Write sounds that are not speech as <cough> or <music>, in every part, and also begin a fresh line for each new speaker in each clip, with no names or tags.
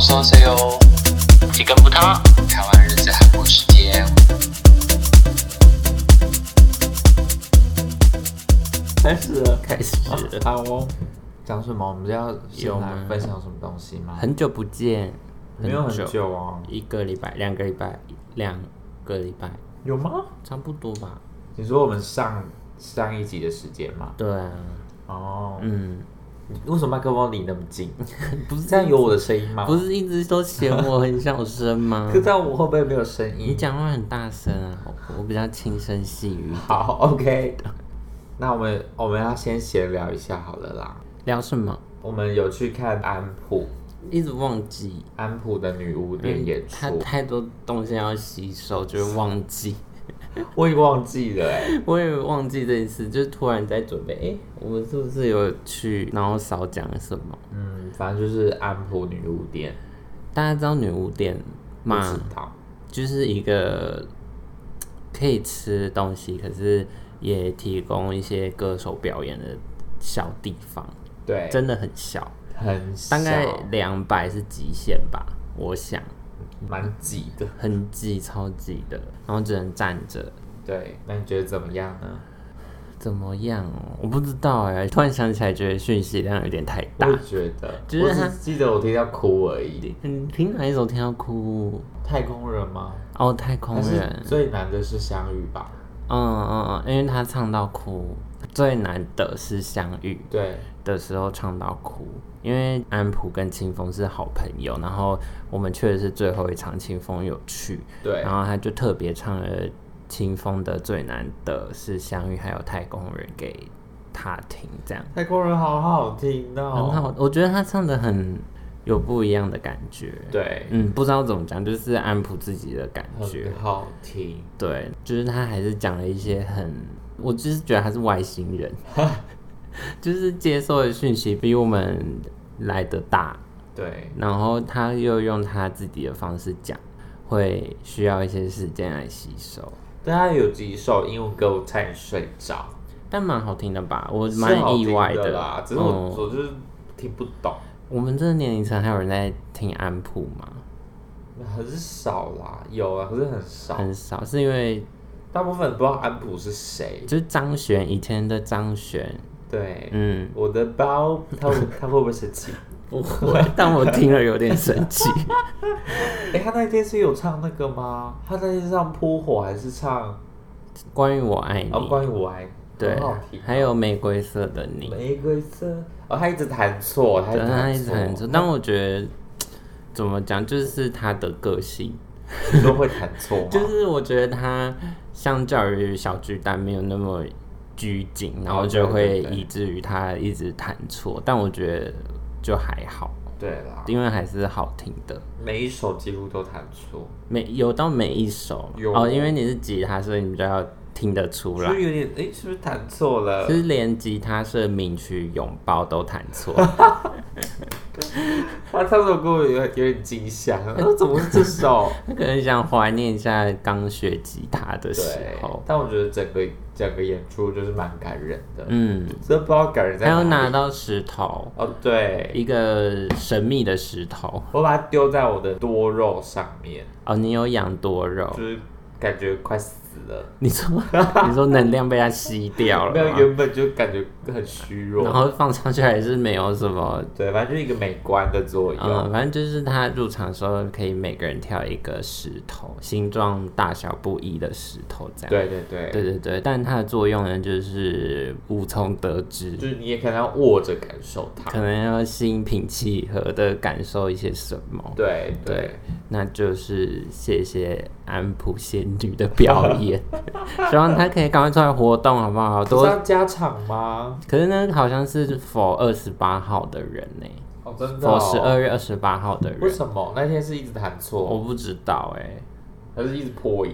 说 C 哦，
几根葡萄。
台湾日子韩国时间。
开始了，
开始
好哦。讲什么？我们要先
有
来
吗
分享什么东西吗？
很久不见，
没有很久啊，
一个礼拜、两个礼拜、两个礼拜，
有吗？
差不多吧？
你说我们上上一集的时间吗？
对啊，
哦，
嗯，
你为什么麦克风离那么近？
<laughs> 不是
这样有我的声音吗？
不，是一直都嫌我很小声 <laughs> 吗
可？这样我会不会没有声
你
音？
讲话很大声啊，我我比较轻声细语。
好，OK。那我们我们要先闲聊一下好了啦。
聊什么？
我们有去看安普
一直忘记，
安普的女巫
因
店
为
演
太
出，
太多东西要吸收，就会忘 <laughs> 记。
我也忘记了哎、
我也忘记这件事，就是突然在准备，哎、我们是不是有去，然后少讲了什么？
嗯，反正就是安普女巫店，
大家知道女巫店
不
吗
知？道。
就是一个可以吃东西，可是也提供一些歌手表演的小地方，
对，
真的很小，
很小
大概两百是极限吧，我想
蛮挤的。
很挤，超挤的，然后只能站着。
对，那你觉得怎么样呢？
怎么样哦？我不知道哎、突然想起来，觉得讯息量有点太大
我。也觉得，
就是
我
他
只记得我听到哭而已。
嗯，听哪一首听到哭？
太空人吗？
哦，太空
但
人
是。最难的是相遇吧？
嗯嗯嗯，因为他唱到哭，最难的是相遇
对，
的时候唱到哭，因为安普跟清风是好朋友，然后我们确实是最后一场清风有去，
对
然后他就特别唱了清风的最难的是相遇，还有太空人给他听，这样
太空人好好听哦，
很好，我觉得他唱的很有不一样的感觉，
对，
嗯，不知道怎么讲，就是安普自己的感觉
很，好听。
对，就是他还是讲了一些很，我就是觉得他是外星人， <laughs> 就是接受的讯息比我们来的大，
对，
然后他又用他自己的方式讲，会需要一些时间来吸收，
但他有几首英文歌我差点睡着，
但蛮好听的吧？我
是
蛮
好
意
听
外
的啦，只是我
嗯
我就是听不懂，
我们这个年龄层还有人在听安普吗？
很少啦，有啊，可是很少，
很少，是因为
大部分不知道安普是谁。
就是张悬以前的张悬，
对，
嗯，
我的包，他会他 <laughs> 会不会生气？ <laughs>
不会，但我听了有点生气。
哎、他那天是有唱那个吗？他那天唱扑火还是唱
关于我爱你，
哦？关于我爱你，
对
很好听，。
还有玫瑰色的你，
玫瑰色哦，他一直弹错，他
对，他一直
弹
很
错
错，，但我觉得怎么讲，就是他的个性，
你说会弹错吗？
<laughs> 就是我觉得他相较于小巨蛋没有那么拘谨，然后就
哦对
会
对对
以至于他一直弹错，但我觉得就还好，啊
对啦，
因为还是好听的。
每一首几乎都弹错，
每有到每一首
有
哦，因为你是吉他，所以你比较听得出
就
来。
有点哎、是不是弹错了
其？实连吉他社名曲《拥抱》都弹
<laughs>
错，
他唱这首歌我有有点惊
<laughs>
吓，那怎么是这首？
他可能想怀念一下刚学吉他 <laughs> 的时
对
候，。
但我觉得整个整个演出就是蛮感人的，
嗯，
真不知道感人在
还有
哪
拿
里。
到石头，
哦，对，
一个神秘的石头。
我把它丢在我的多肉上面，
哦，你有养多肉
就？是感觉快死了。
你说， <laughs> 你说能量被它吸掉
没
了
有，
吗，
原本就感觉很虚
然
弱。
后放上去还是没有什么。
对，反正就是一个美观的作用。
嗯，反正就是他入场的时候，可以每个人挑一个石头，形状大小不一的石头，这样。
对对对，
对对对，但它的作用呢，就是无从得知，
就是你也可能要握着感受它。
可能要心平气和的感受一些什么。
对对
对，那就是谢谢安普仙女的表
<laughs>
演，希望她可以赶快出来活动，好不好？
不是 <laughs>
多，
要加场吗？
可是呢，好像是否二十八号的人呢、
哦，真的、
否
哦。
十二哦月二十八号的
为
人，
什么那天是一直弹
我
错，
不知道哎、
还是一直破音？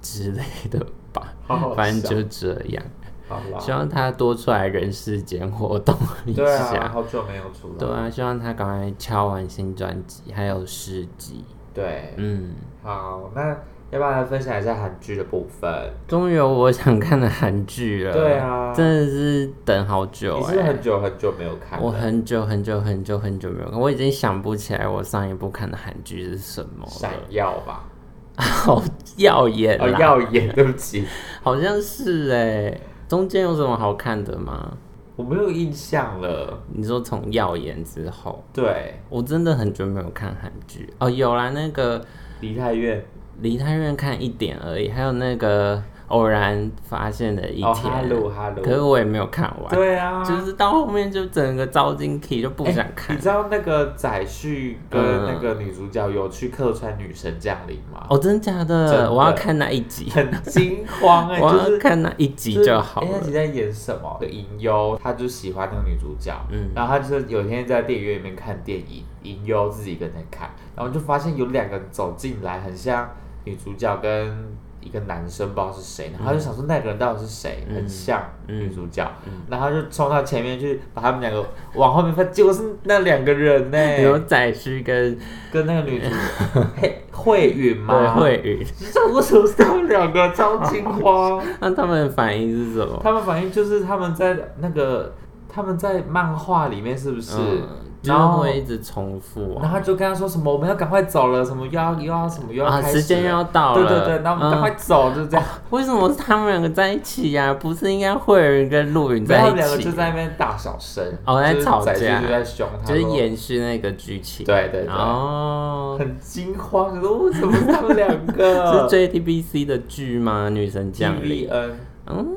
之类的吧，
好好笑
反正就这样。
好啦
希，望她多出来人世间活动一
对啊，
下。
好久没有出来。
对啊，希望他赶快敲完新专辑，还有诗集。
对，
嗯，
好，那要不要来分享一下韩剧的部分？
终于有我想看的韩剧了。
对啊
真的是等好久
你是不
哎、
是很久很久没有看了？
我很久很久很久很久没有看，我已经想不起来我上一部看的韩剧是什么
闪
了，
耀吧，
<laughs> 好耀眼
哦，
啦，
耀眼， <laughs> 对不起，
好像是哎、中间有什么好看的吗？
我没有印象了。
你说从耀眼之后，
对，
我真的很久没有看韩剧哦，有啦，那个
梨泰院，
离太远看一点而已，还有那个偶然发现的一
哦，哈
天，
喽哈
可是
喽，
我也没有看完，
对啊，哎
就是到后面就整个糟心 k 就不想看。
你知道那个载旭跟
嗯
那个女主角有去客串《女神降临》吗？
哦，真的假的？
真的
我要看那一集，
很惊慌 <laughs> 哎、
我
就是
要看那一集就好
就是哎那
了
集。在演什么？银优，他就喜欢那个女主角，
嗯
然后他就是有一天在电影院里面看电影，银优自己一个人在看，然后就发现有两个人走进来，很像女主角跟一个男生，不知道是谁，然后他就想说那个人到底是谁，
嗯
很像
嗯
女主角，然后他就冲到前面去把他们两个往后面翻，结果是那两个人呢、
牛仔是跟
跟那个女主嘿慧允
<laughs> 对
吗？
慧宇，
这为什么是他们两个超惊慌？
那他们的反应是什么？
他们反应就是他们在那个他们在漫画里面是不是？
嗯就是
然后
会一直重复
然
啊，
后他就跟他说什么我们要赶快走了，什么又要又要什么又要
啊
开始
时间又要到
对
了，
对对，那我们赶快
嗯
走，就这样。
为什么是他们两个在一起呀？不是应该慧宇跟陆云
<laughs> 然
在
后他
一
们两个
起
就？在那边大小声，
嗯哦在
就是
吵
宰相
架
就在凶他，
就是
说
延续那个剧情。
对对对
哦，
很惊慌，觉得为什么是他们两
<laughs> 是
个？
JTBC 的剧吗？女神降临。
TVN
嗯，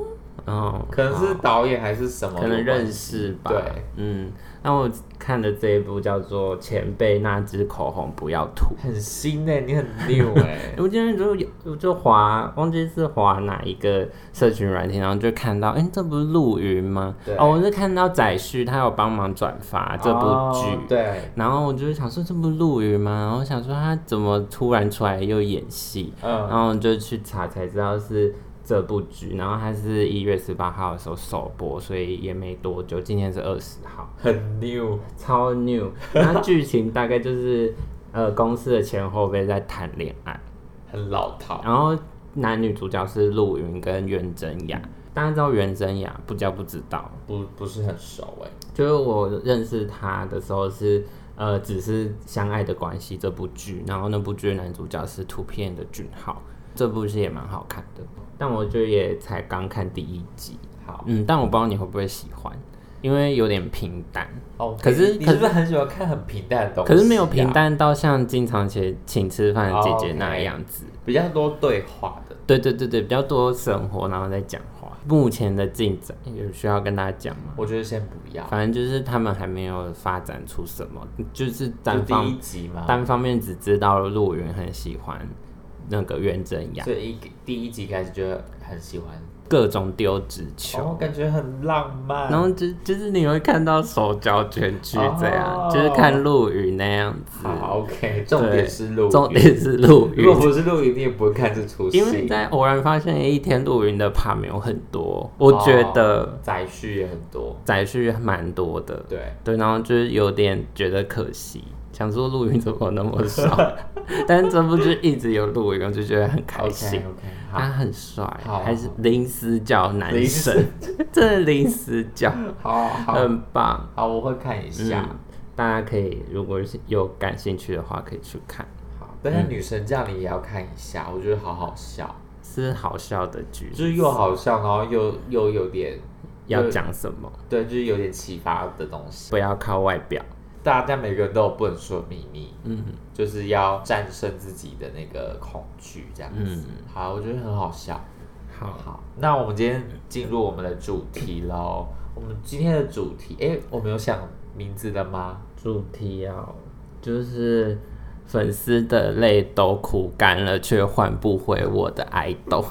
哦，
啊可能是导演还是什么，
可能认识吧。
对，
嗯，那我看的这一部叫做《前辈那支口红不要涂》。
很新哎、你很 new 哎、
<laughs> 我今天就有我就滑，忘记是滑哪一个社群软件，然后就看到，哎、这不是陆云吗
对？
哦，我是看到载旭他有帮忙转发啊这部剧。
哦对，
然后我就想说，这不是陆云吗？然后想说他怎么突然出来又演戏，然
嗯，
后我就去查才知道是这部剧，然后它是一月十八号的时候首播，所以也没多久，今天是二十号，
很 new，
超 new。那剧情大概就是，呃，公司的前后辈在谈恋爱，
很老套，
然后男女主角是陆云跟袁真雅。大家知道袁真雅不叫不知道，
不不是很熟哎、
就是我认识他的时候是。呃，只是相爱的关系这部剧，然后那部剧的男主角是图片的俊浩，这部戏也蛮好看的，但我就也才刚看第一集，
好，
嗯，但我不知道你会不会喜欢，因为有点平淡，
哦，
可是
你
可
是
是
不是很喜欢看很平淡的东西、啊
可是没有平，淡到像经常写请吃饭的姐姐那样子。
比较多对话的。
对对对对，比较多生活，然后再讲话。目前的进展有需要跟大家讲吗？
我觉得先不要，
反正就是他们还没有发展出什么，就是
就
单
第
方
一啊集嘛，
单方面只知道陆云很喜欢那个袁真雅，
所以一第一集开始就很喜欢，
各种丢纸球，
哦，感觉很浪漫。
然后就就是你会看到手脚卷曲这样，
哦
就是看陆云那样子。
好，OK，重点是陆
对
云，
重点是陆
如
云
果，不是陆云，你也不会看这出戏。
因为在偶然发现哎一天陆云的帕没有很多，我觉得
哦载序也很多，
载序蛮多的，
对，
对，然后就是有点觉得可惜，想说陆云怎么那么
<laughs>
少，但是这部剧一直有陆云，我就觉得很开心。
OK，
他很帅
好，
还是临时角男
临 <laughs>
神，真的临时角，
<laughs> 好，好，好，
很棒。
好，我会看一下。
嗯，大家可以如果是有感兴趣的话，可以去看，
好，但是女神降临也要看一下，我觉得好好笑，
是好笑的剧。
就是又好笑，然后又又有点，
要讲什么？
对，就是有点启发的东西。
不要靠外表。
大家每个人都有不能说的秘密，
嗯，
就是要战胜自己的那个恐惧，这样子。
嗯
好，我觉得很好笑。
好，
好，那我们今天进入我们的主题喽。我们今天的主题，哎、我们有想名字的吗？
主题哦，就是粉丝的泪都哭干了，却换不回我的爱豆。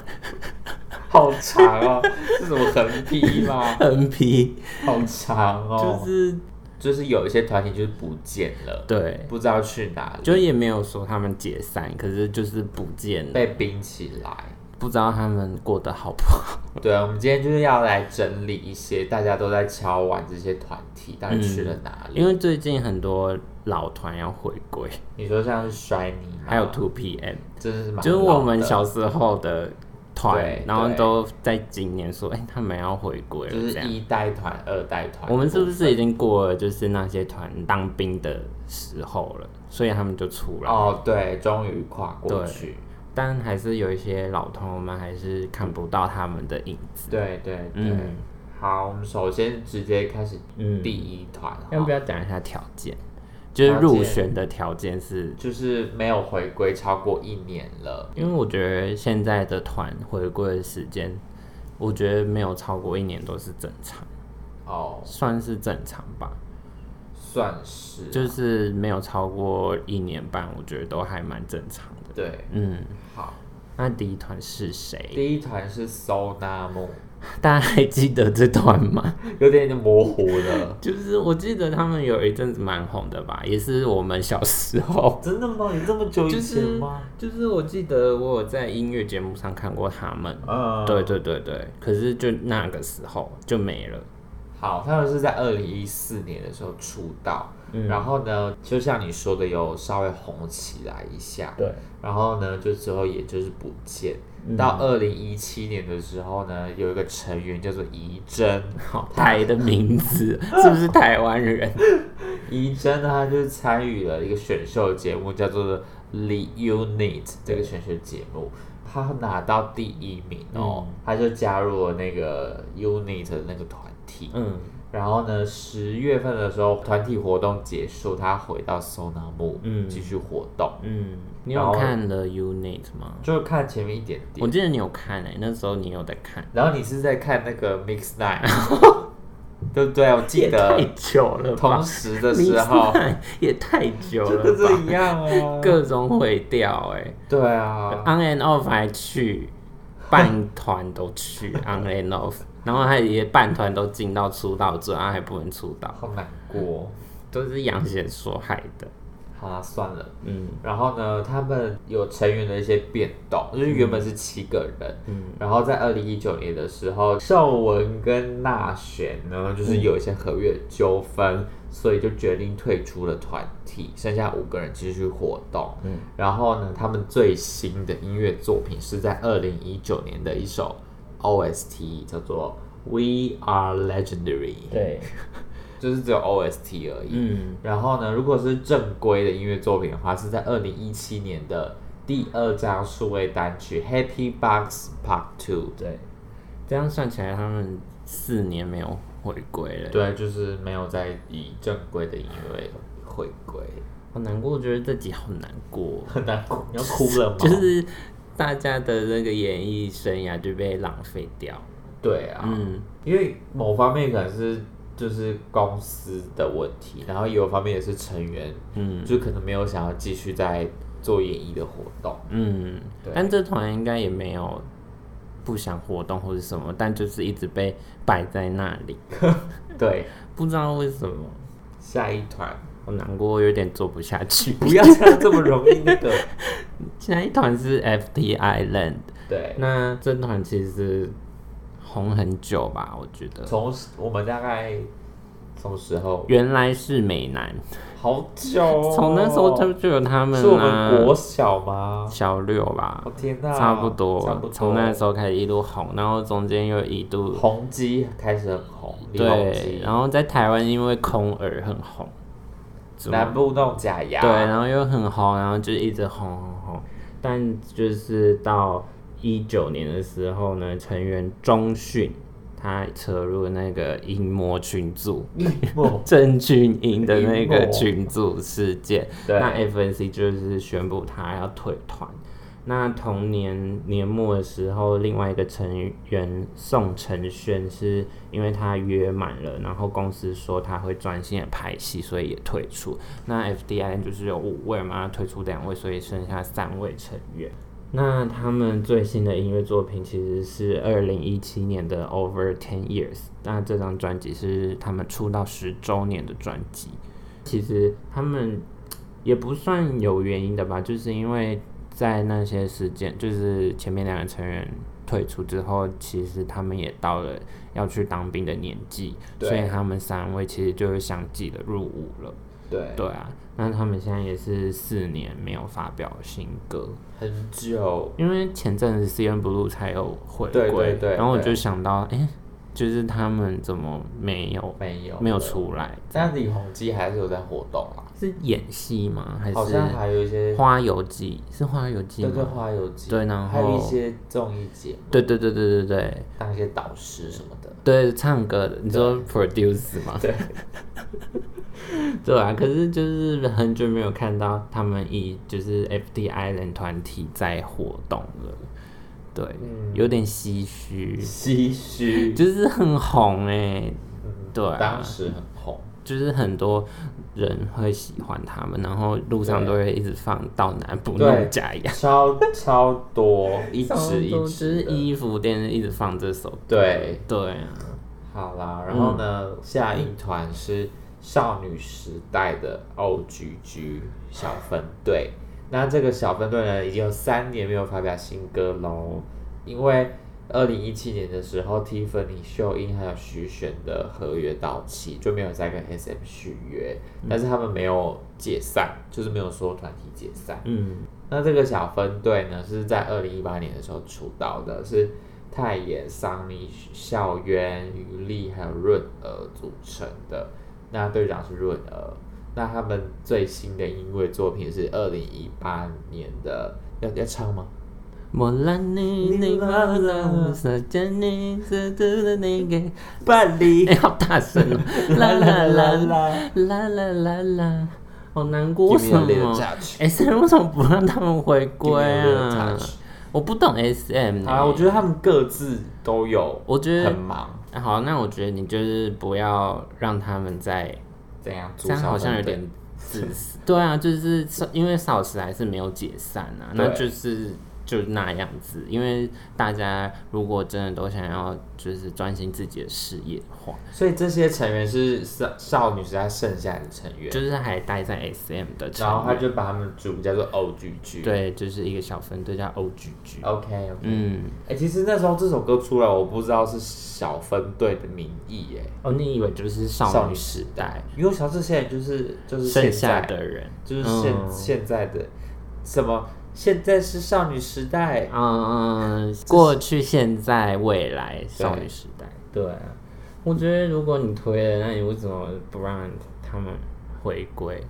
好长哦， <laughs> 是什么横批吗？
<laughs> N P
好长哦，
就是
就是有一些团体就是不见了，
对，
不知道去哪里，
就也没有说他们解散，可是就是不见了。
被冰起来。
不知道他们过得好不好。
对，啊我们今天就是要来整理一些大家都在敲碗这些团体到底去了哪里。
因为最近很多老团要回归，
你说像是摔泥，
还有 Two PM，
真的是啊蛮
就是我们
老的
小时候的团
对，
然后
对
都在今年说，哎、他们要回归
就
了，这
是
样。
一代团、二代团，
我们是不是已经过了就是那些团当兵的时候了？所以他们就出来，
哦，对，终于跨过
对
去。
但还是有一些老团，我们还是看不到他们的影子。
对对对，
嗯
好，我们首先直接开始
嗯
第一团，哈
要不要讲一下条件？就是入选的条件是，
就是没有回归超过一年了。
因为我觉得现在的团回归的时间，我觉得没有超过一年都是正常，
哦，
算是正常吧。
算是，啊
就是没有超过一年半，我觉得都还蛮正常的。
对，
嗯，
好。
那第一团是谁？
第一团是 Sonamu，
大家还记得这团吗？ <laughs>
有点模糊了。
就是我记得他们有一阵子蛮红的吧，也是我们小时候。
真的吗？你这么久
<laughs> 就
以前
是
吗？
就是我记得我有在音乐节目上看过他们，
嗯，
对。对对对，可是就那个时候就没 <laughs> 了。
好，他们是在二零一四年的时候出道，
嗯
然后呢，就像你说的，有稍微红起来一下，
对，嗯
然后呢，就之后也就是不见。到二零一七年的时候呢，有一个成员叫做怡
<laughs>
珍，
好台的名 <laughs> 字是不是台湾 <laughs> 人？
怡珍呢，她就是参与了一个选秀节目，叫做《The Unit》这个选秀节目，她拿到第一名哦，
嗯
她就加入了那个 Unit 的那个团体。
嗯，
然后呢，十月份的时候，团体活动结束，她回到 Sonamu，
嗯
继续活动，
嗯，你
然
有
后
看了 Unit 吗？
就看前面一点
我
点。
记得你有看诶、那时候你有在看，
然后你是在看那个 Mix <laughs> Night，对不对？我记
太
得
久了
同
吧？
时的时 <laughs>
<laughs>
候，
也太久
真
了
的是
吧？
一样哦。
各种毁掉欸诶、
对啊，
on and off 还去，半团都去 on and off，然后他也半团都进到出道之后，啊他还不能出道，
好难过。
都是杨贤所害的。
好啦，算了。
嗯
然后呢，他们有成员的一些变动，就是原本是七个人，
嗯
然后在二零一九年的时候，邵文跟纳璇呢，就是有一些合约纠纷，所以就决定退出了团体，剩下五个人继续活动。
嗯
然后呢，他们最新的音乐作品是在二零一九年的一首 OST，叫做《We Are Legendary》，
对，
就是只有 OST 而已。
嗯
然后呢，如果是正规的音乐作品的话，是在二零一七年的第二张数位单曲《Happy Box Part Two》。
对，这样算起来他们四年没有回归了，，
对，就是没有在以正规的音乐回归，
好难过，我觉得这集好难过，哦
很难过。你要哭了 <laughs> 吗？
就是大家的那个演艺生涯就被浪费掉。
对啊，
嗯，
因为某方面可能是就是公司的问题，然后有方面也是成员，
嗯
就可能没有想要继续在做演艺的活动。
嗯
对，
但这团应该也没有不想活动或者什么，但就是一直被摆在那里，
对，
不知道为什么，
下一团 <laughs>
好难过，有点做不下去。
不要这样这么容易那个。
现在一团是 FT Island，
对，
那这团其实红很久吧，我觉得。
从我们大概从时候
原来是美男，
好久、哦，
从那时候就就有他们
是我们
啊
国，小吗？
小六吧
我、，天哪，
差
差
不多
不，多。
从那时候开始一路红，然后中间又一度
红基开始很红，李红
对，
基
然后在台湾因为空耳很红，怎么
南部弄假牙，
对，然后又很红，然后就一直红红红，但就是到一九年的时候呢，成员中训他扯入那个淫魔群组，
哦
郑俊英的那
淫
个
魔
群组事件，
对
那 FNC 就是宣布他要退团。那同年年末的时候，另外一个成员宋承轩是因为他约满了，然后公司说他会专心的拍戏，所以也退出。那 FDI 就是有五位嘛，退出两位，所以剩下三位成员。那他们最新的音乐作品其实是二零一七年的《Over Ten Years》，那这张专辑是他们出道十周年的专辑。其实他们也不算有原因的吧，就是因为在那些事件，就是前面两个成员退出之后，其实他们也到了要去当兵的年纪，
对
所以他们三位其实就是相继的入伍了。
<laughs> 对，
对啊，那他们现在也是四年没有发表新歌，
很久，
因为前阵子 C N Blue 才有回归，
对对对
然后我
对
就想到，哎、就是他们怎么没有
没有
没有
了，
出来？
但李弘基还是有在活动啊，
是演戏吗？还
好像
是
还有一些
花游记？是花游记
对对
吗？
花游记，
对然后
还有一些综艺节目，
对对对对对对
当一些导师什么的，
对，唱歌的，你说 produce 吗？
对，
<laughs> 对啊，可是就是很久没有看到他们以就是 FDI 人团体在活动了，对，
嗯
有点唏嘘，
唏嘘，
就是很红哎、
嗯
对啊
当时很红，
就是很多人会喜欢他们，然后路上
对
都会一直放“到南不
对
弄假牙
超超多，”，一直
就
一
是
直的
衣服店一直放这首歌。
对，
对啊，
好啦，然后呢，下一团是少女时代的 OGG 小分队。那这个小分队呢，已经有三年没有发表新歌喽，因为二零一七年的时候，Tiffany 秀英还有徐玄的合约到期，就没有再跟 SM 续约，但是他们没有解散，就是没有说团体解散。
嗯，
那这个小分队呢，是在二零一八年的时候出道的，是太野、桑尼、校园、于丽还有润儿组成的。那队长是润儿。那他们最新的音乐作品是二零一八年的，要要唱吗？
莫兰尼尼马拉乌萨加尼斯图的那个，
巴黎
<laughs> 哎，好大声 <laughs> 哦！啦啦啦啦啦啦啦啦，好难过为什么哎
Give me a little touch
？S M 为什么不让他们回归
Give me a little
啊
touch？
我不懂 S M 欸
好啦，我觉得他们各自都有，
我觉得
很忙，
好，那我觉得你就是不要让他们在，
怎样？
这样好像有点 <laughs> 自私。对啊，就是少因为少时还是没有解散啊，那
对
就是就那样子。因为大家如果真的都想要就是专心自己的事业的话，
所以这些成员是少少女时代剩下的成员，
就是还待在 SM 的
然后
成
他
员，
就把他们组叫做 OGG。
对，就是一个小分队叫 OGG。
，OK OK。哎、
嗯，
其实那时候这首歌出来，我不知道是小分队的名义哎，
哦，你以为就是
少
少女
女
时代
因为我想到这些人就是就是
剩
现
下
在，
的人，
就是现、
嗯
现在的什么，现在是少女时代，
嗯嗯，过去、现在、未来，少女时代。
对啊，
我觉得如果你推了，那你为什么不让他们回归？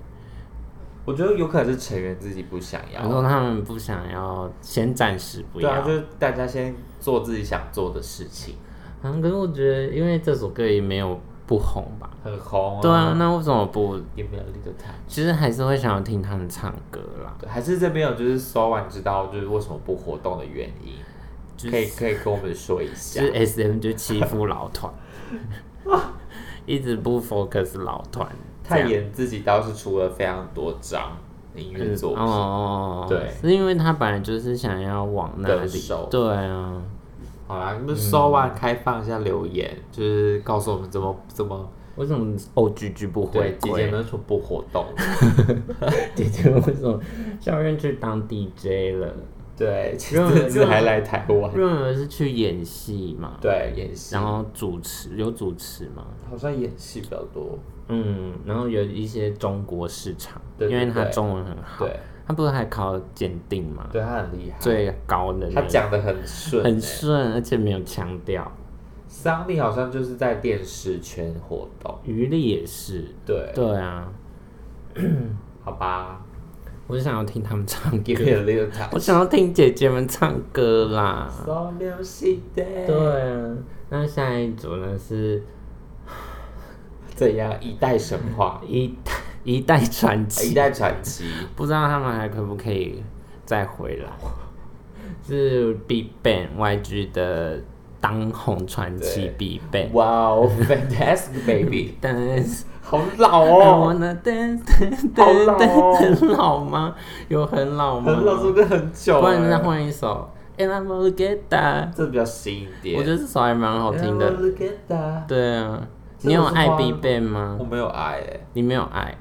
我觉得有可能是成员自己不想
然
要，
后他们不想要，先暂时不
对
要。
啊，就是大家先做自己想做的事情，
嗯，可是我觉得，因为这首歌也没有不红吧？
很红、啊，
对啊，那为什么不？
，Give me a little time，
其实还是会想要听他们唱歌啦。
对还是这边有就是搜完知道就是为什么不活动的原因，
就是
可以可以跟我们说一下
就是，S M 就欺负老团， <laughs> 一直不 focus 老团。
泰
这样
妍自己倒是出了非常多张音乐作品，
哦，
对
是因为他本来就是想要往那
歌
里
手，
对啊，
好啦，你们收完开放一下留言，就是告诉我们怎么怎么
为什么 O G G 哦不回
对姐姐
归？
们说不活动，
<laughs> 姐姐为什么校园去当 DJ 了？
对，其
润儿
实这还来台湾，
润儿是去演戏嘛，
对演戏，
然后主持有主持嘛，
好像演戏比较多，
嗯，然后有一些中国市场，
对对
因为他
对
中文很好，
对，
他不是还考鉴定嘛，
对他很厉害，
最高的那
他
个
讲的很顺、欸。
很顺，而且没有腔调，
桑尼好像就是在电视圈活动，
余力也是，
对，
对啊，
好吧
我就想要听他们唱歌
，Give。me a little time。
我想要听姐姐们唱歌啦。
So 流行的，
对啊，那下一组呢是
怎样？一代神话，
一代 <laughs> 一代传
一
奇，
代传奇。
不知道他们还可不可以再回来？是 Big Bang YG 的当红传奇 Big Bang。
哇哦，Fantastic
<laughs>
Baby，
dance，
好老
我
哦，
呢 dance Oh
好
dance
老哦
dance，很老吗？有很老欸吗？
很老，这首歌很久欸
不然再
了，
换一首，And I'm gonna get that。
这比较新一点。
我觉得这首还蛮好听的。
的。
对啊，
这
你有
种是
爱
花
B b a n 吗
我？没有爱诶，欸
你没有爱，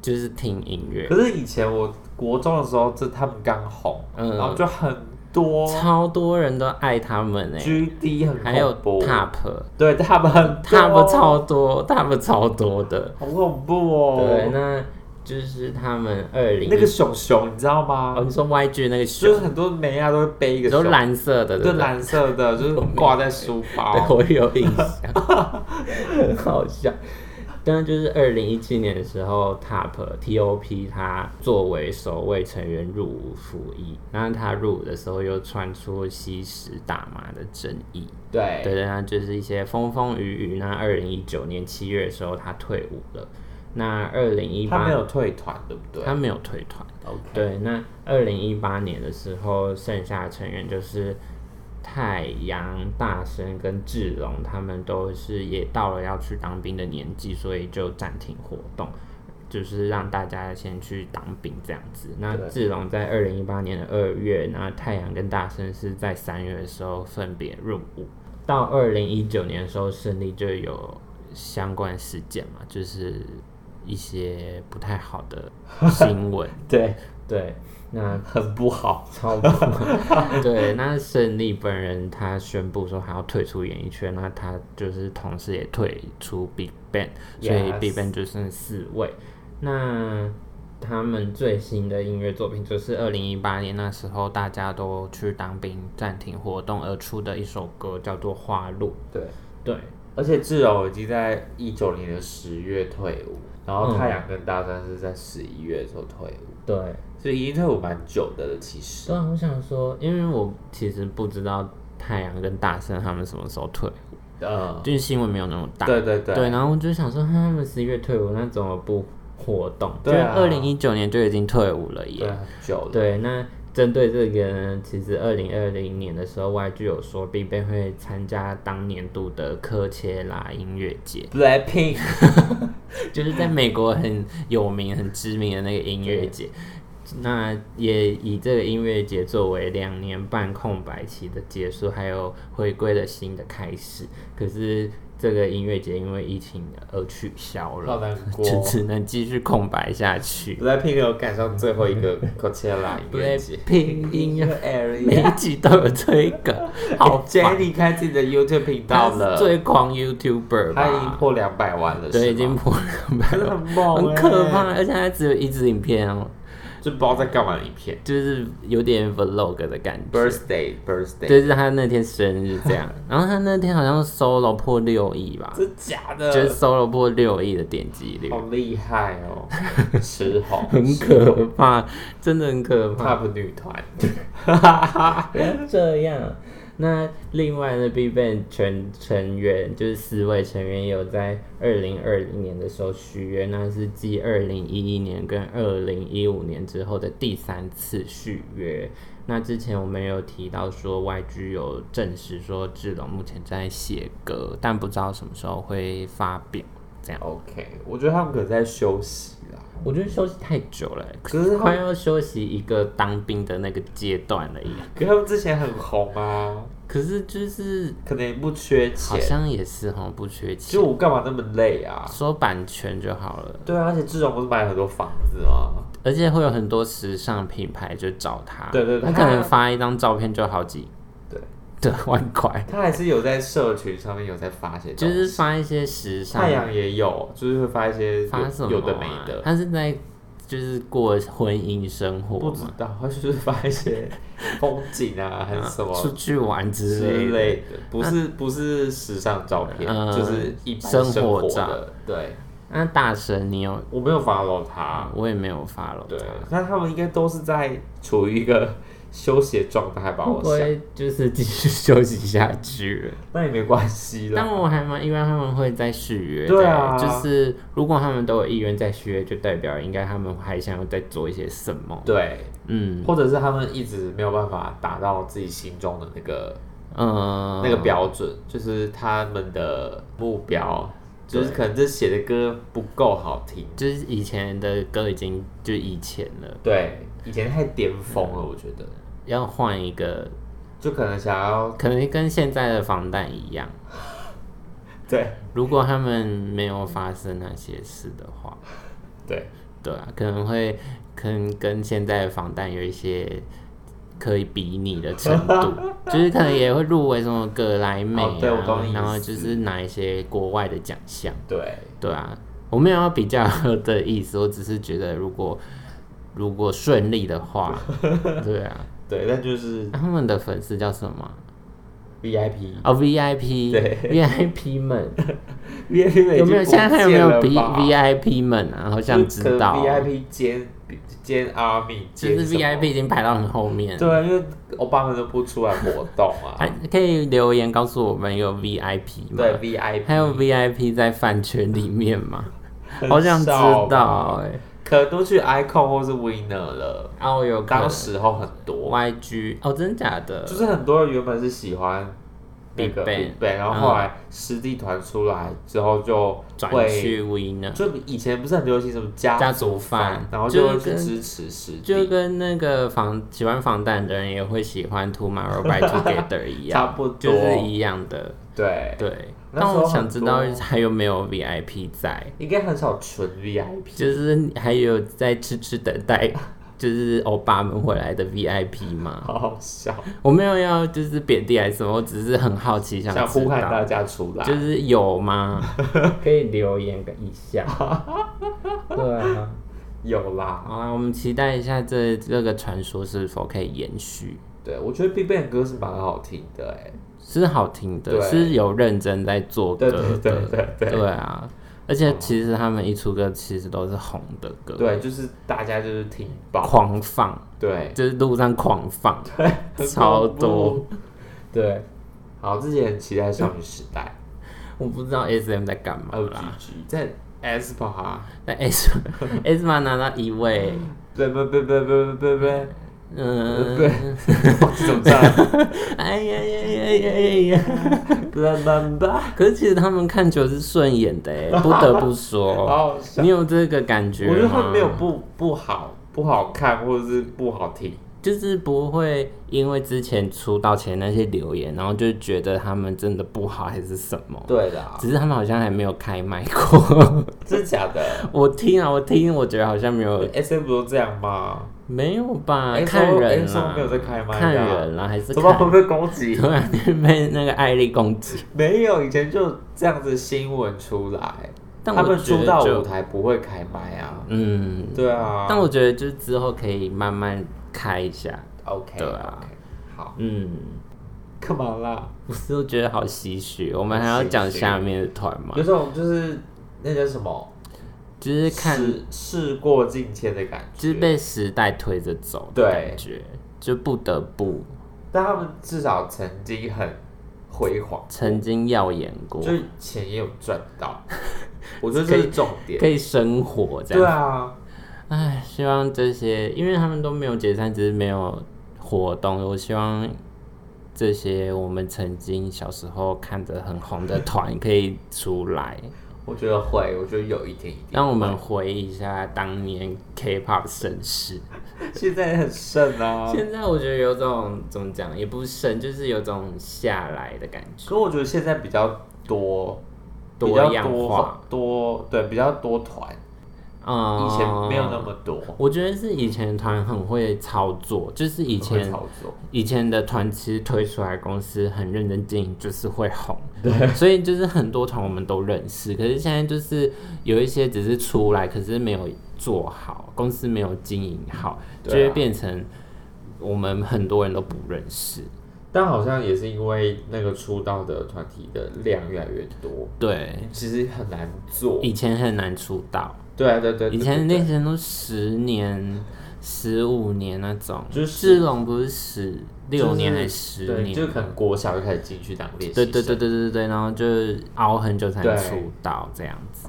就是听音乐
可，是以前我国中的时候，这他们刚红，
嗯
然后就很多
超多人都爱他们哎、
GD 很
还有
恐怖，
TOP。
对啊他们很
TOP
多
超多，TOP 超多的。
好恐怖哦。
对，那就是他们二零
那个熊熊你知道吗？
哦，你说 YG 那个
就是
熊，
很多美亚都会背一个
你说
熊，
蓝色的，
就
对不对？
蓝色的，就是挂在书
对，
包。
我有印象，很好笑。但就是二零一七年的时候，TOP TOP 他作为首位成员入伍服役，那他入伍的时候又传出吸食大麻的争议，
对
对对，那就是一些风风雨雨。那二零一九年七月的时候，他退伍了。那二零一
他
八
没有退团，对不对
他没有退团。
？OK，
对，那二零一八年的时候，剩下的成员就是太阳、大生跟志龙，他们都是也到了要去当兵的年纪，所以就暂停活动，就是让大家先去当兵这样子。那
对
志龙在二零一八年的二月，那太阳跟大生是在三月的时候分别入伍。到二零一九年的时候，胜利就有相关事件嘛，就是一些不太好的新闻。
对，
对，那
很不好。
超 <laughs> 对，那胜利本人他宣布说他要退出演艺圈，那他就是同时也退出 BigBang，所以
Yes
BigBang 就剩四位。那他们最新的音乐作品就是二零一八年那时候大家都去当兵暂停活动而出的一首歌，叫做《花路
对，》。
对，
而且志柔已经在一九年的十月退伍，然后太阳跟大山是在十一月的时候退伍，
对，
所以已经退伍蛮久的了。其实
对啊，我想说，因为我其实不知道太阳跟大圣他们什么时候退，
嗯，
就是新闻没有那么大。
对对对，
对，然后我就想说，哼他们十一月退伍，那怎么不活动？
对啊
就是二零一九年就已经退伍了
对
耶。
很久了。
对，那针对这个呢，其实二零二零年的时候，YG 有说 BigBang 会参加当年度的科切拉音乐节，
Blackpink
<laughs> 就是在美国很有名、很知名的那个音乐节。那也以这个音乐节作为两年半空白期的结束，还有回归的新的开始。可是这个音乐节因为疫情而取消了
好，难
<laughs>
过。
就只能继续空白下去。
Blackpink 有赶上最后一个 Coachella 音乐节
Blackpink 音乐每
area。
一集都有这一个，
<laughs>
好烦。
Jenny 开自己的 YouTube 频道
他是
了，
最狂 YouTuber
他已经
吧？
破两百万了，
对，
是
已经
吗
破两百
真的
了，
很猛、欸，
很可怕。，而且他只有一支影片哦，
就不知道在干嘛的影片。
就是有点 vlog 的感觉。
Birthday Birthday，
就是他那天生日
<laughs>
这样，然后他那天好像 solo 破六亿吧，
真假的，
就是 solo 破六亿的点击率
好，厉害
<laughs>
哦，石红，
很可怕，真的很可怕。
Top 女团，
<laughs> 不要这样。那另外呢，Big Bang 全成员就是四位成员有在二零二零年的时候续约，那是继二零一一年跟二零一五年之后的第三次续约。那之前我们有提到说，YG 有证实说志龙目前在写歌，但不知道什么时候会发表。这样，
OK，我觉得他们可能在休息啦。
我觉得休息太久了，
可是他
快
们，
要休息一个当兵的那个阶段了耶。
可是他们之前很红啊，
可是就是
可能也不缺
好
钱，
像也是哈，不缺钱
就，我干嘛那么累啊？
说版权就好了。
对啊，而且志荣不是买了很多房子吗？
而且会有很多时尚品牌就找他，
对对对
他可能发一张照片就好几
对
对万
<laughs>
块，
他还是有在社群上面有在发些东
就
西，
是发一些时尚
太，阳也有，就是会发一些有
发什么、啊、
有的没的，
他是在就是过婚姻生
不
活
知
嘛，
道，他就是发一些风景啊，还是什么
出去玩之
之
类的。
类的，不是不是时尚照片，
嗯
就是一般
生活
活
照
的。对，
那大神你有，
我没有 follow 他，
我也没有发了，
对，啊那他们应该都是在处于一个休息的状态吧？
会
我
不
想，
会就是继续休息下去了？
那也没关系
但
啦。
我还蛮意外他们会再续约的，
对啊
就是如果他们都有意愿再续约，就代表应该他们还想要再做一些什么。
对，
嗯
或者是他们一直没有办法达到自己心中的那个
嗯，
那个标准，就是他们的目标，就是可能这写的歌不够好听。
就是以前的歌已经就以前了，
对，以前太巅峰了，我觉得，
要换一个，
就可能想 <laughs> 要
可能跟现在的防弹一样。
对
如果他们没有发生那些事的话，
对，
对啊，可能会可能跟现在的防弹有一些可以比拟的程度，
<laughs>
就是可能也会入围什么格莱美
哦对我懂
啊
你，意
然后
思
就是拿一些国外的奖项，
对，
对啊，我没有要比较的意思，我只是觉得如果如果顺利
<laughs>
的话，对啊，
对，但就是
他们的粉丝叫什么啊？
VIP
哦，VIP，
对 <laughs>
VIP 们
VIP 的已
有没有？
经
现在还有没
不
有 B
见了吧
VIP 们啊？好想
就是
知
可
道哦、
能 VIP 兼兼 Army，
就
兼
是
什么
VIP 已经排到很后面。
对啊，因为欧巴们都不出来活动啊
<laughs> 还，哎可以留言告诉我们有 VIP 吗？
对，VIP，
还有 VIP 在饭圈里面吗？好想知
很少吧，
道哎、欸。
可能都去 Icon 或是 Winner 了，
哦，有可能
当时候很多，
YG 哦，真假的？
就是很多人原本是喜欢。那个
Big Bang
Big Bang，然后后来师弟团出来之后就
转
会，
去 Winner
就以前不是很流行什么
家
家
族饭
饭，，然后
就
就会去
跟
支持师
就
弟，
跟那个防喜欢防弹的人也会喜欢 Tomorrow by Together 一
<laughs>
样，
差不多
就是一样的。
对，
对，
那时
但
候
我想知道
很多
还有没有 VIP 在，
应该很少纯 VIP，
就是还有在痴痴等待，就是欧巴们回来的 VIP 吗？
<laughs> 好好笑，
我没有要就是贬低还是什么，我只是很好奇 <laughs> 想
想
知
呼喊大
道，
家出来，
就是有吗？
<laughs>
可以留言一下。对啊，
有啦，
好啦，啊我们期待一下这这个传说是否可以延续。
对我觉得 Big Bang 的歌是蛮好听的哎、
是好听的，
对
是有认真在做歌
对
的，
对对对对
啊！而且其实他们一出歌，其实都是红的歌，
对，就是大家就是听爆，
狂放，
对
就是路上狂放，
<laughs> 对
超多。
<laughs> 对，好，自己很期待少女时代
我不知道 S M 在干嘛
，O G
啦。
G 在 S 吧，
那 S S M 拿到一位，
对不对不不不不
嗯，
对 <laughs> 怎么唱？
<laughs> 哎呀呀呀呀呀呀！
啦啦啦，
可是其实他们看球是顺眼
<laughs>
的欸，不得不
好
说，
好笑。
你有这个感觉吗？
我觉得他们没有不不好不好看，或者是不好听，
就是不会因为之前出道前那些留言，然后就觉得他们真的不好还是什么。
对啦，
只是他们好像还没有开麦过。 <laughs>
真假的
我听啊，我听，我觉得好像没有，
？S M 不都这样吗？
没有吧？
诶
看人
说诶说
啦
没有在开麦的啊
看人啦，还是
怎么会
看。
被攻击？
<laughs> 突然被那个艾丽攻击，
没有，以前就这样子新闻出来，
但
他
我
们
觉
出
得
道舞
就
台不会开麦啊。
嗯，
对啊，
但我觉得就是之后可以慢慢开一下，
OK，
对啊
OK，好，
嗯，
干嘛啦？
不是，我觉得好唏嘘。我们还要讲下面的团嘛
有，种就是那叫什么，
就是看
事事过境迁的感
就是
觉。
被时代推着走的感觉，就不得不
但他们至少曾经很辉煌，
曾经耀眼过，
就是钱也有赚
<laughs>
到，我觉得这是重点
可。以生活这
对
样。
啊，
唉，希望这些，因为他们都没有解散，只是没有活动。我希望这些我们曾经小时候看着很红的团可以出来，
我觉得会，我觉得有一天一定。
<laughs> 让我们回忆一下当年 K-pop 盛世。
现在很盛啊，
现在我觉得有种怎么讲，也不盛，就是有种下来的感觉，
可我觉得现在比较多，
多
比较
样化
多多对比较多团，
嗯，
以前没有那么多。
我觉得是以前团很会操作，就是以
会
前
操作，
以前的团其实推出来公司很认真经营，就是会红。对，所以就是很多团我们都认识，可是现在就是有一些只是出来，可是没有做好，公司没有经营好，就
对啊
会变成我们很多人都不认识。
但好像也是因为那个出道的团体的量越来越多，
对，
其实很难做。
以前很难出道，
对啊，对对
以
对
前
对
那些人都十年、十五年那种，
就是
志龙不是十
就是
六年还是十
对
年？
就可能国小就开始进去当练习
对
生。
对对对对对，然后就是熬很久才
对
出道这样子。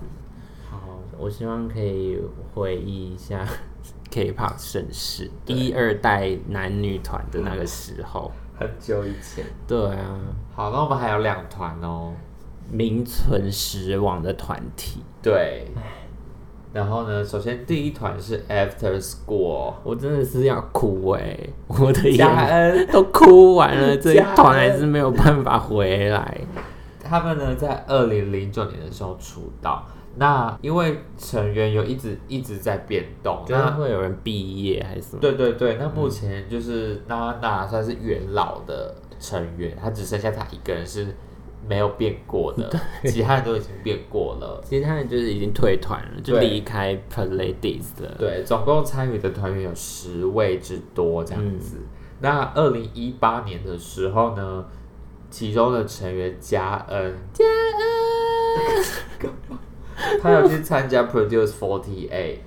好，
我希望可以回忆一
<laughs>
下 K-pop 盛世，一二代男女团的那个时候。
很久以前。
对啊，
好，那我们还有两团哦。
名存实亡的团体，
对。然后呢，首先第一团是 After School，
我真的是要哭哎、我的眼
嘉
泪
恩
都哭完了，这一
加
团还
恩
是
<laughs>
没有办法回来。
他们呢在二零零九年的时候出道，那因为成员有一直一直在变动，
就是
那
会有人毕业还是什么？
对对对，那
嗯
目前就是娜娜算是元老的成员，她只剩下她一个人是没有变过的，其他人都已经变过了。
其实他们就是已经退团了，就
对
离开 Palladies 了。
对，总共参与的团员有十位之多这样
嗯
子。那二零一八年的时候呢，其中的成员嘉恩，嘉恩，他有去参
<laughs>
加 Produce Forty Eight。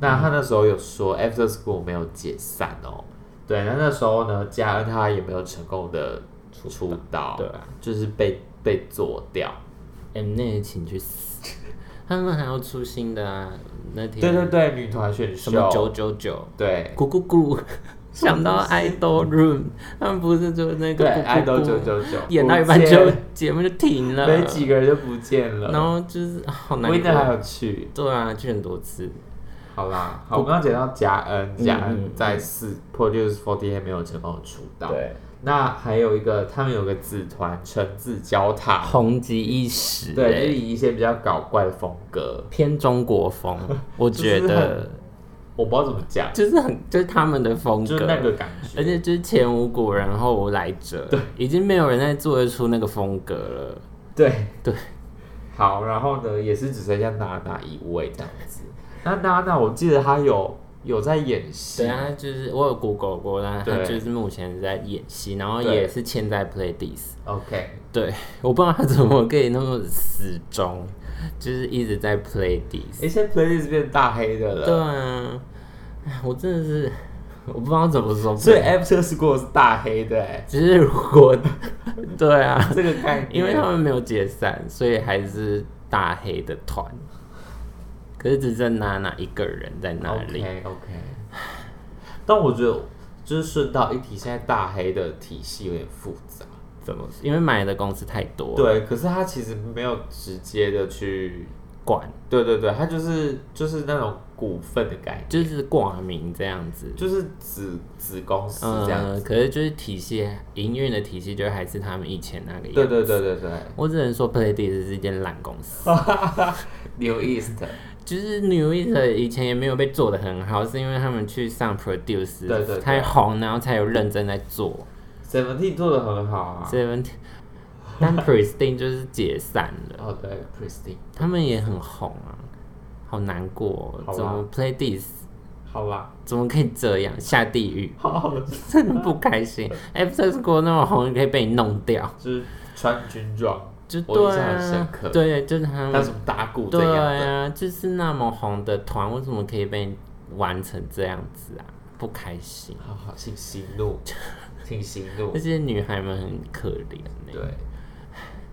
那他那时候有说 After School 没有解散哦，对，那那时候呢，嘉恩他也没有成功的出道，
对啊，
就是被被做掉。
M 内请去死，他们还要出新的啊！那天
对对对，女团选秀，
什么九九九，
对
咕咕咕，想到 Idol Room，他们不是就那个
对，
咕咕咕
爱豆九九九
演到一半就节目就停了，
没几个人就不见
<laughs>
了。
然后就是啊好难
w i n n e r 还
过。
有去，
对啊，去很多次，
好啦，好，我刚刚讲到嘉恩，
嗯
嘉
嗯
恩
嗯
在四 Produce Forty Eight 没有成功出道。，，那还有一个，他们有个子团橙子焦糖，
红极一时、
啊对，就是
欸，
以一些比较搞怪的风格，
偏中国风，
<laughs>
我觉得
我不知道怎么讲，
就是很就是他们的风
就
格，
是
哎
那个感觉。
而且就是前无古人后无来者，对，已经没有人再做得出那个风格了。
对
对，
好，然后呢，也是只剩下娜娜一位这样子。那娜娜，我记得她有有在演戏
对，啊，他就是我有 Google 过，但他
对
就是目前是在演戏，然后
对
也是签在 Playdies。
OK，
对，我不知道他怎么可以那么死忠，就是一直在 Playdies。
诶，现在 Playlist 变大黑的了，
对啊，唉我真的是我不知道怎么说。
所以 After School 是大黑的、诶
只是如果 <laughs> 对啊，
这个概念，
因为他们没有解散，所以还是大黑的团。可是只剩娜娜一个人在那里
OK OK，但我觉得就是顺道一提，现在大黑的体系有点复杂。
怎么？因为买的公司太多，
对，可是他其实没有直接的去，
管
对对对，他就是就是那种股份的概念，
就是挂名这样子。
就是子子公司这样
嗯，
子。
可是就是体系营运的体系，就还是他们以前那个样子。
对啊对对对对
我只能说 Playdies 是一间烂公司，
，New East，
就是 New e a 以前也没有被做的很好，是因为他们去上 Produce，
对对对
才红，然后才有认真在做。
Seventeen 做的很好啊。
Seventeen，但 Pristine 就是解散了。
哦对，Pristine，
他们也很红啊，好难过、哦，
好吧
怎么 play this，
好吧，，
怎么可以这样下地狱 <laughs>
好好的，
真的不
<laughs>
开心。哎，这是国那么红，可以被你弄掉，
就是穿军装，
就
我印
对
象很深
啊
刻，，
对，就是他
还有什
们，
么打鼓这
对
样的。
啊，就是那么红的团，为什么可以被你玩成这样子啊？不开心，
好好，请息怒，请息怒
那。些女孩们很可怜、欸。
对，
<sighs>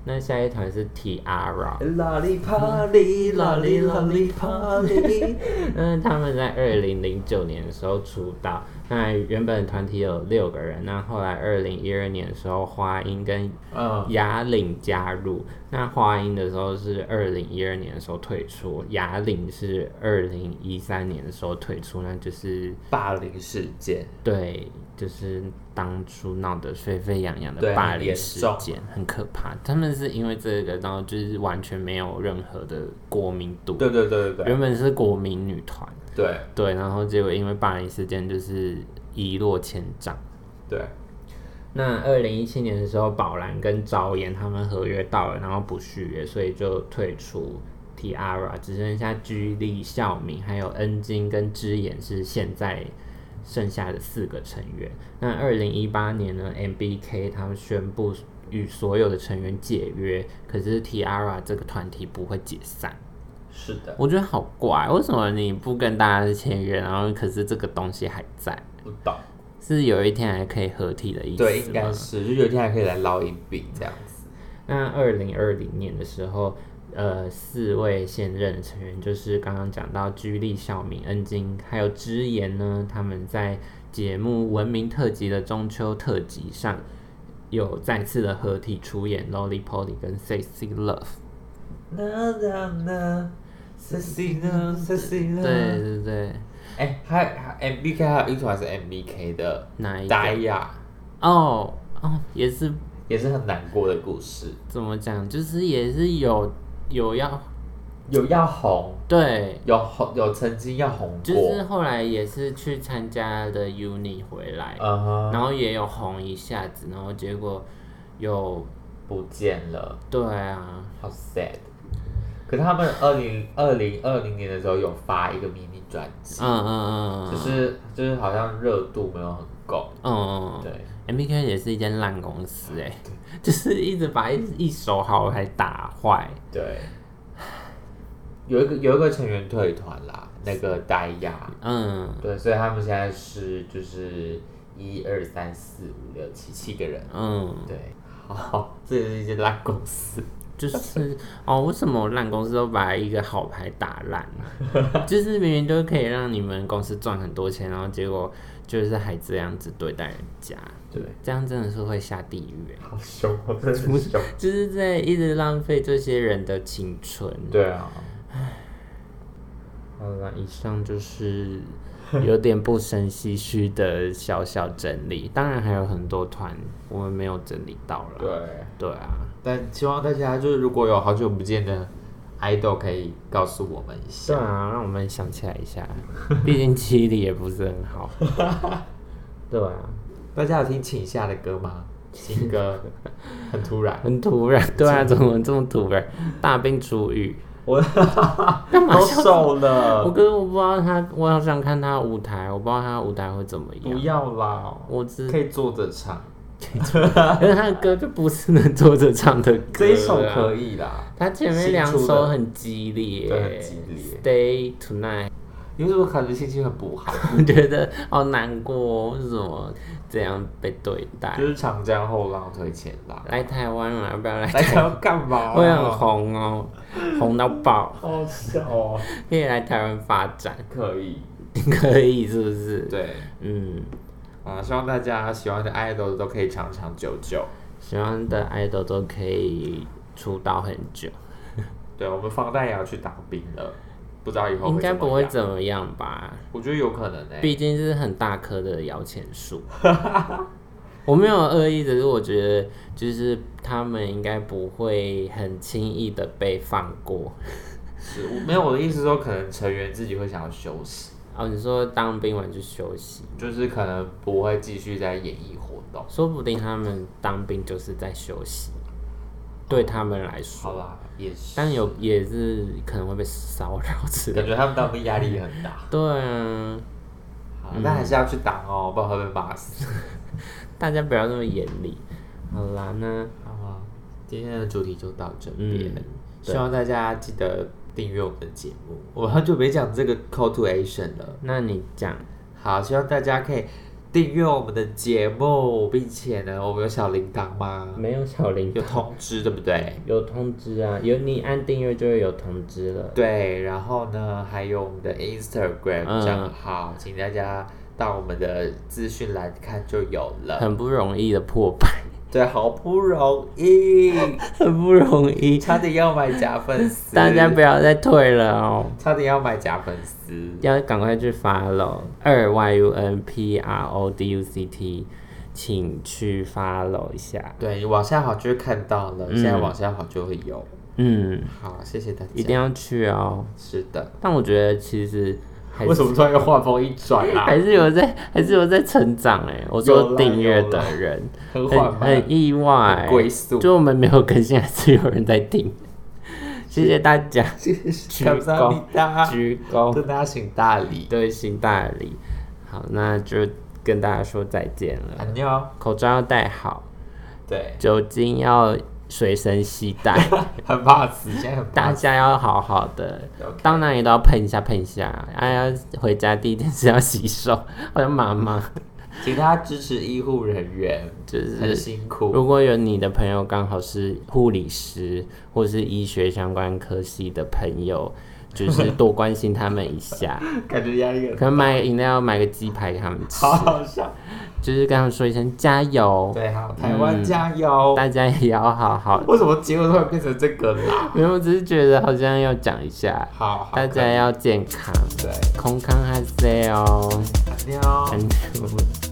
那下一团是 Tiara，
啦哩啪哩，啦哩啦哩啪哩。
嗯，他们在二零零九年的时候出道，那原本团体有六个人，那后来二零一二年的时候，花音跟
嗯，
雅岭加入。那花音的时候是二零一二年的时候退出，雅岭是二零一三年的时候退出，那就是
霸凌事件，
对，就是当初闹得沸沸扬扬的
对
霸
很
凌
严
事
重
件，很可怕。他们是因为这个，然后就是完全没有任何的国民度，
对对对对对
原本是国民女团。
对
对，然后结果因为霸凌事件就是一落千丈。
对，
那二零一七年的时候，宝蓝跟昭妍他们合约到了，然后不续约，所以就退出 Tiara，只剩下居丽、孝敏还有恩晶跟之妍是现在剩下的四个成员。那二零一八年呢，MBK 他们宣布与所有的成员解约，可是 Tiara 这个团体不会解散。
是的，
我觉得好怪，为什么你不跟大家签约，然后可是这个东西还在？
不懂。
是有一天还可以合体的意思
对，应该
吗
是，就有一天还可以来捞一笔这样子。
那二零二零年的时候，呃，四位现任成员就是刚刚讲到居丽、孝敏、恩晶，还有之言呢，他们在节目《文明特辑》的中秋特辑上，有再次的合体出演 Lollipop 跟 Sexy Love。
啦啦啦，sexy 呢，sexy 呢。
对，对对，
哎，还还 MBK 还有一团是 MBK 的
哪一个？
达雅，
哦哦，也是
也是很难过的故事。
怎么讲，就是也是有有要
有要红，
对，
有红，有曾经要红
就
过
是，后来也是去参加了 Uni 回来，
嗯哼，
然后也有红一下子，然后结果有
不见了，
对啊，
好 sad。可是他们二零二零二零年的时候有发一个迷你专辑，
嗯嗯嗯嗯，
就是就是好像热度没有很够，
嗯嗯嗯
对，
嗯，MBK 也是一间烂公司哎、 <laughs> 就是一直把一一手好牌打坏，
对，有一个有一个成员退团啦，那个呆亚，
嗯
对，所以他们现在是就是一二三四五六七七个人，
嗯，
对，好，这也是一间烂公司，
就是哦，为什么烂公司都把一个好牌打烂 <laughs> 啊？就是明明都可以让你们公司赚很多钱，然后结果就是还这样子对待人家，
对，
这样真的是会下地狱欸
好凶哦，真的是凶，
就是在一直浪费这些人的青春。
对啊，
好了，以上就是有点不胜唏嘘的小小整理，当然还有很多团我们没有整理到了。
对。
对啊，
但希望大家就是如果有好久不见的 idol 可以告诉我们一
对
下。
啊，让我们想起来一下， <laughs> 毕竟记忆力也不是很好。对啊，
大家有听请夏的歌吗？新 <laughs> 歌很突然，
很
<laughs>
突然。对啊，怎么这么突然？大病初愈，
我
<laughs> 干嘛
都
笑？
瘦
我
了，
哥我不知道他，我好想看他舞台，我不知道他舞台会怎么
不
样。
要啦，
我知
可以坐着唱，
可是他的歌就不是能坐着唱的歌、啊。
这一首可以啦。
他前面两首很激烈，
对很激烈
Stay tonight，
你为什么感觉心情很不好？
我觉得好难过、哦，为什么这样被对待
就？是长江后浪推前 <laughs> 浪，
来台湾嘛，要不要来
大
台？
家要干 <laughs> 嘛？
会很红哦，红到爆，
好笑哦，
可以来台湾发展，
可以，
可以是不是？
对
嗯，
啊，希望大家喜欢的 idol 都可以长长久久。
喜欢的 idol 都可以出道很久，
对，我们方大也要去当兵了，不知道以后
应该
怎么
不会
样
怎么样吧？
我觉得有可能欸呢、
毕竟是很大棵的摇钱树。 <laughs> 我没有恶意，只是我觉得就是他们应该不会很轻易的被放过。
是我没有我的意思是说，可能成员自己会想要休息，
哦，你说当兵完就休息，
就是可能不会继续在演艺活动。
说不定他们当兵就是在休息，对他们来说，
好啦，也是，
但有也是可能会被骚扰之类
感
的。
觉他们当兵压力也很大，
对啊，
好但还是要去当哦，不然会被骂死。
大家不要那么严厉。好啦，那
好啊， <laughs> 今天的主题就到这边，
嗯
希望大家记得订阅我们的节目。我很久没讲这个 call to action 了。
那你讲，
好，希望大家可以订阅我们的节目，并且呢，我们有小铃铛吗？
没有小林
有通知，对不对？
有通知啊，有你按订阅就会有通知了。
对，然后呢，还有我们的 Instagram
嗯
账号，请大家到我们的资讯栏看就有了。
很不容易的破百，
对，好不容易，
<laughs> 很不容易，
差点要买假粉丝，
<laughs> 大家不要再退了哦，
差点要买假粉丝。
要赶快去发喽。二 Y U N P R O D U C T，请去发喽一下。
对，你往下滑就会看到了，现在往下滑就会有。
嗯，
好，谢谢大
一
家。
定要去哦。
是的，
但我觉得其实还
为
是
什么突然又话锋一转啊啦、
还是有在，还是有在成长哎、我
有
说
啦
订阅
有啦
的人
很
很
缓慢
很，意外、
很龟速
就我们没有更新，还是有人
<laughs>
在听。谢谢大家，
是
高鞠
鞠
躬
躬，跟大家行大礼，
对新大理。好，那就跟大家说再见了。
安妞，
口罩要戴好，
对，
酒精要随身携带，
<laughs> 很怕死，现在很
大
怕死，
家要好好的
OK。
到哪里都要喷一下喷一下。哎、呀，回家第一件事要洗手， <laughs> 好像
<laughs>
妈妈。
请大家支持医护人员，
就是
很辛苦，
如果有你的朋友刚好是护理师或是医学相关科系的朋友，就是多关心他们
<laughs>
一下，
感觉压力
<laughs>
很
可能买个饮料、买个鸡排给他们吃
好，好笑。
就是跟他们说一声加油。
对，好，台湾加油！
大家也要好好。
为什么结果突然变成这个啦？
没有，我只是觉得好像要讲一下，
好，好
大家要健康，
可以
空康哈塞哦，
对，安妞。
安。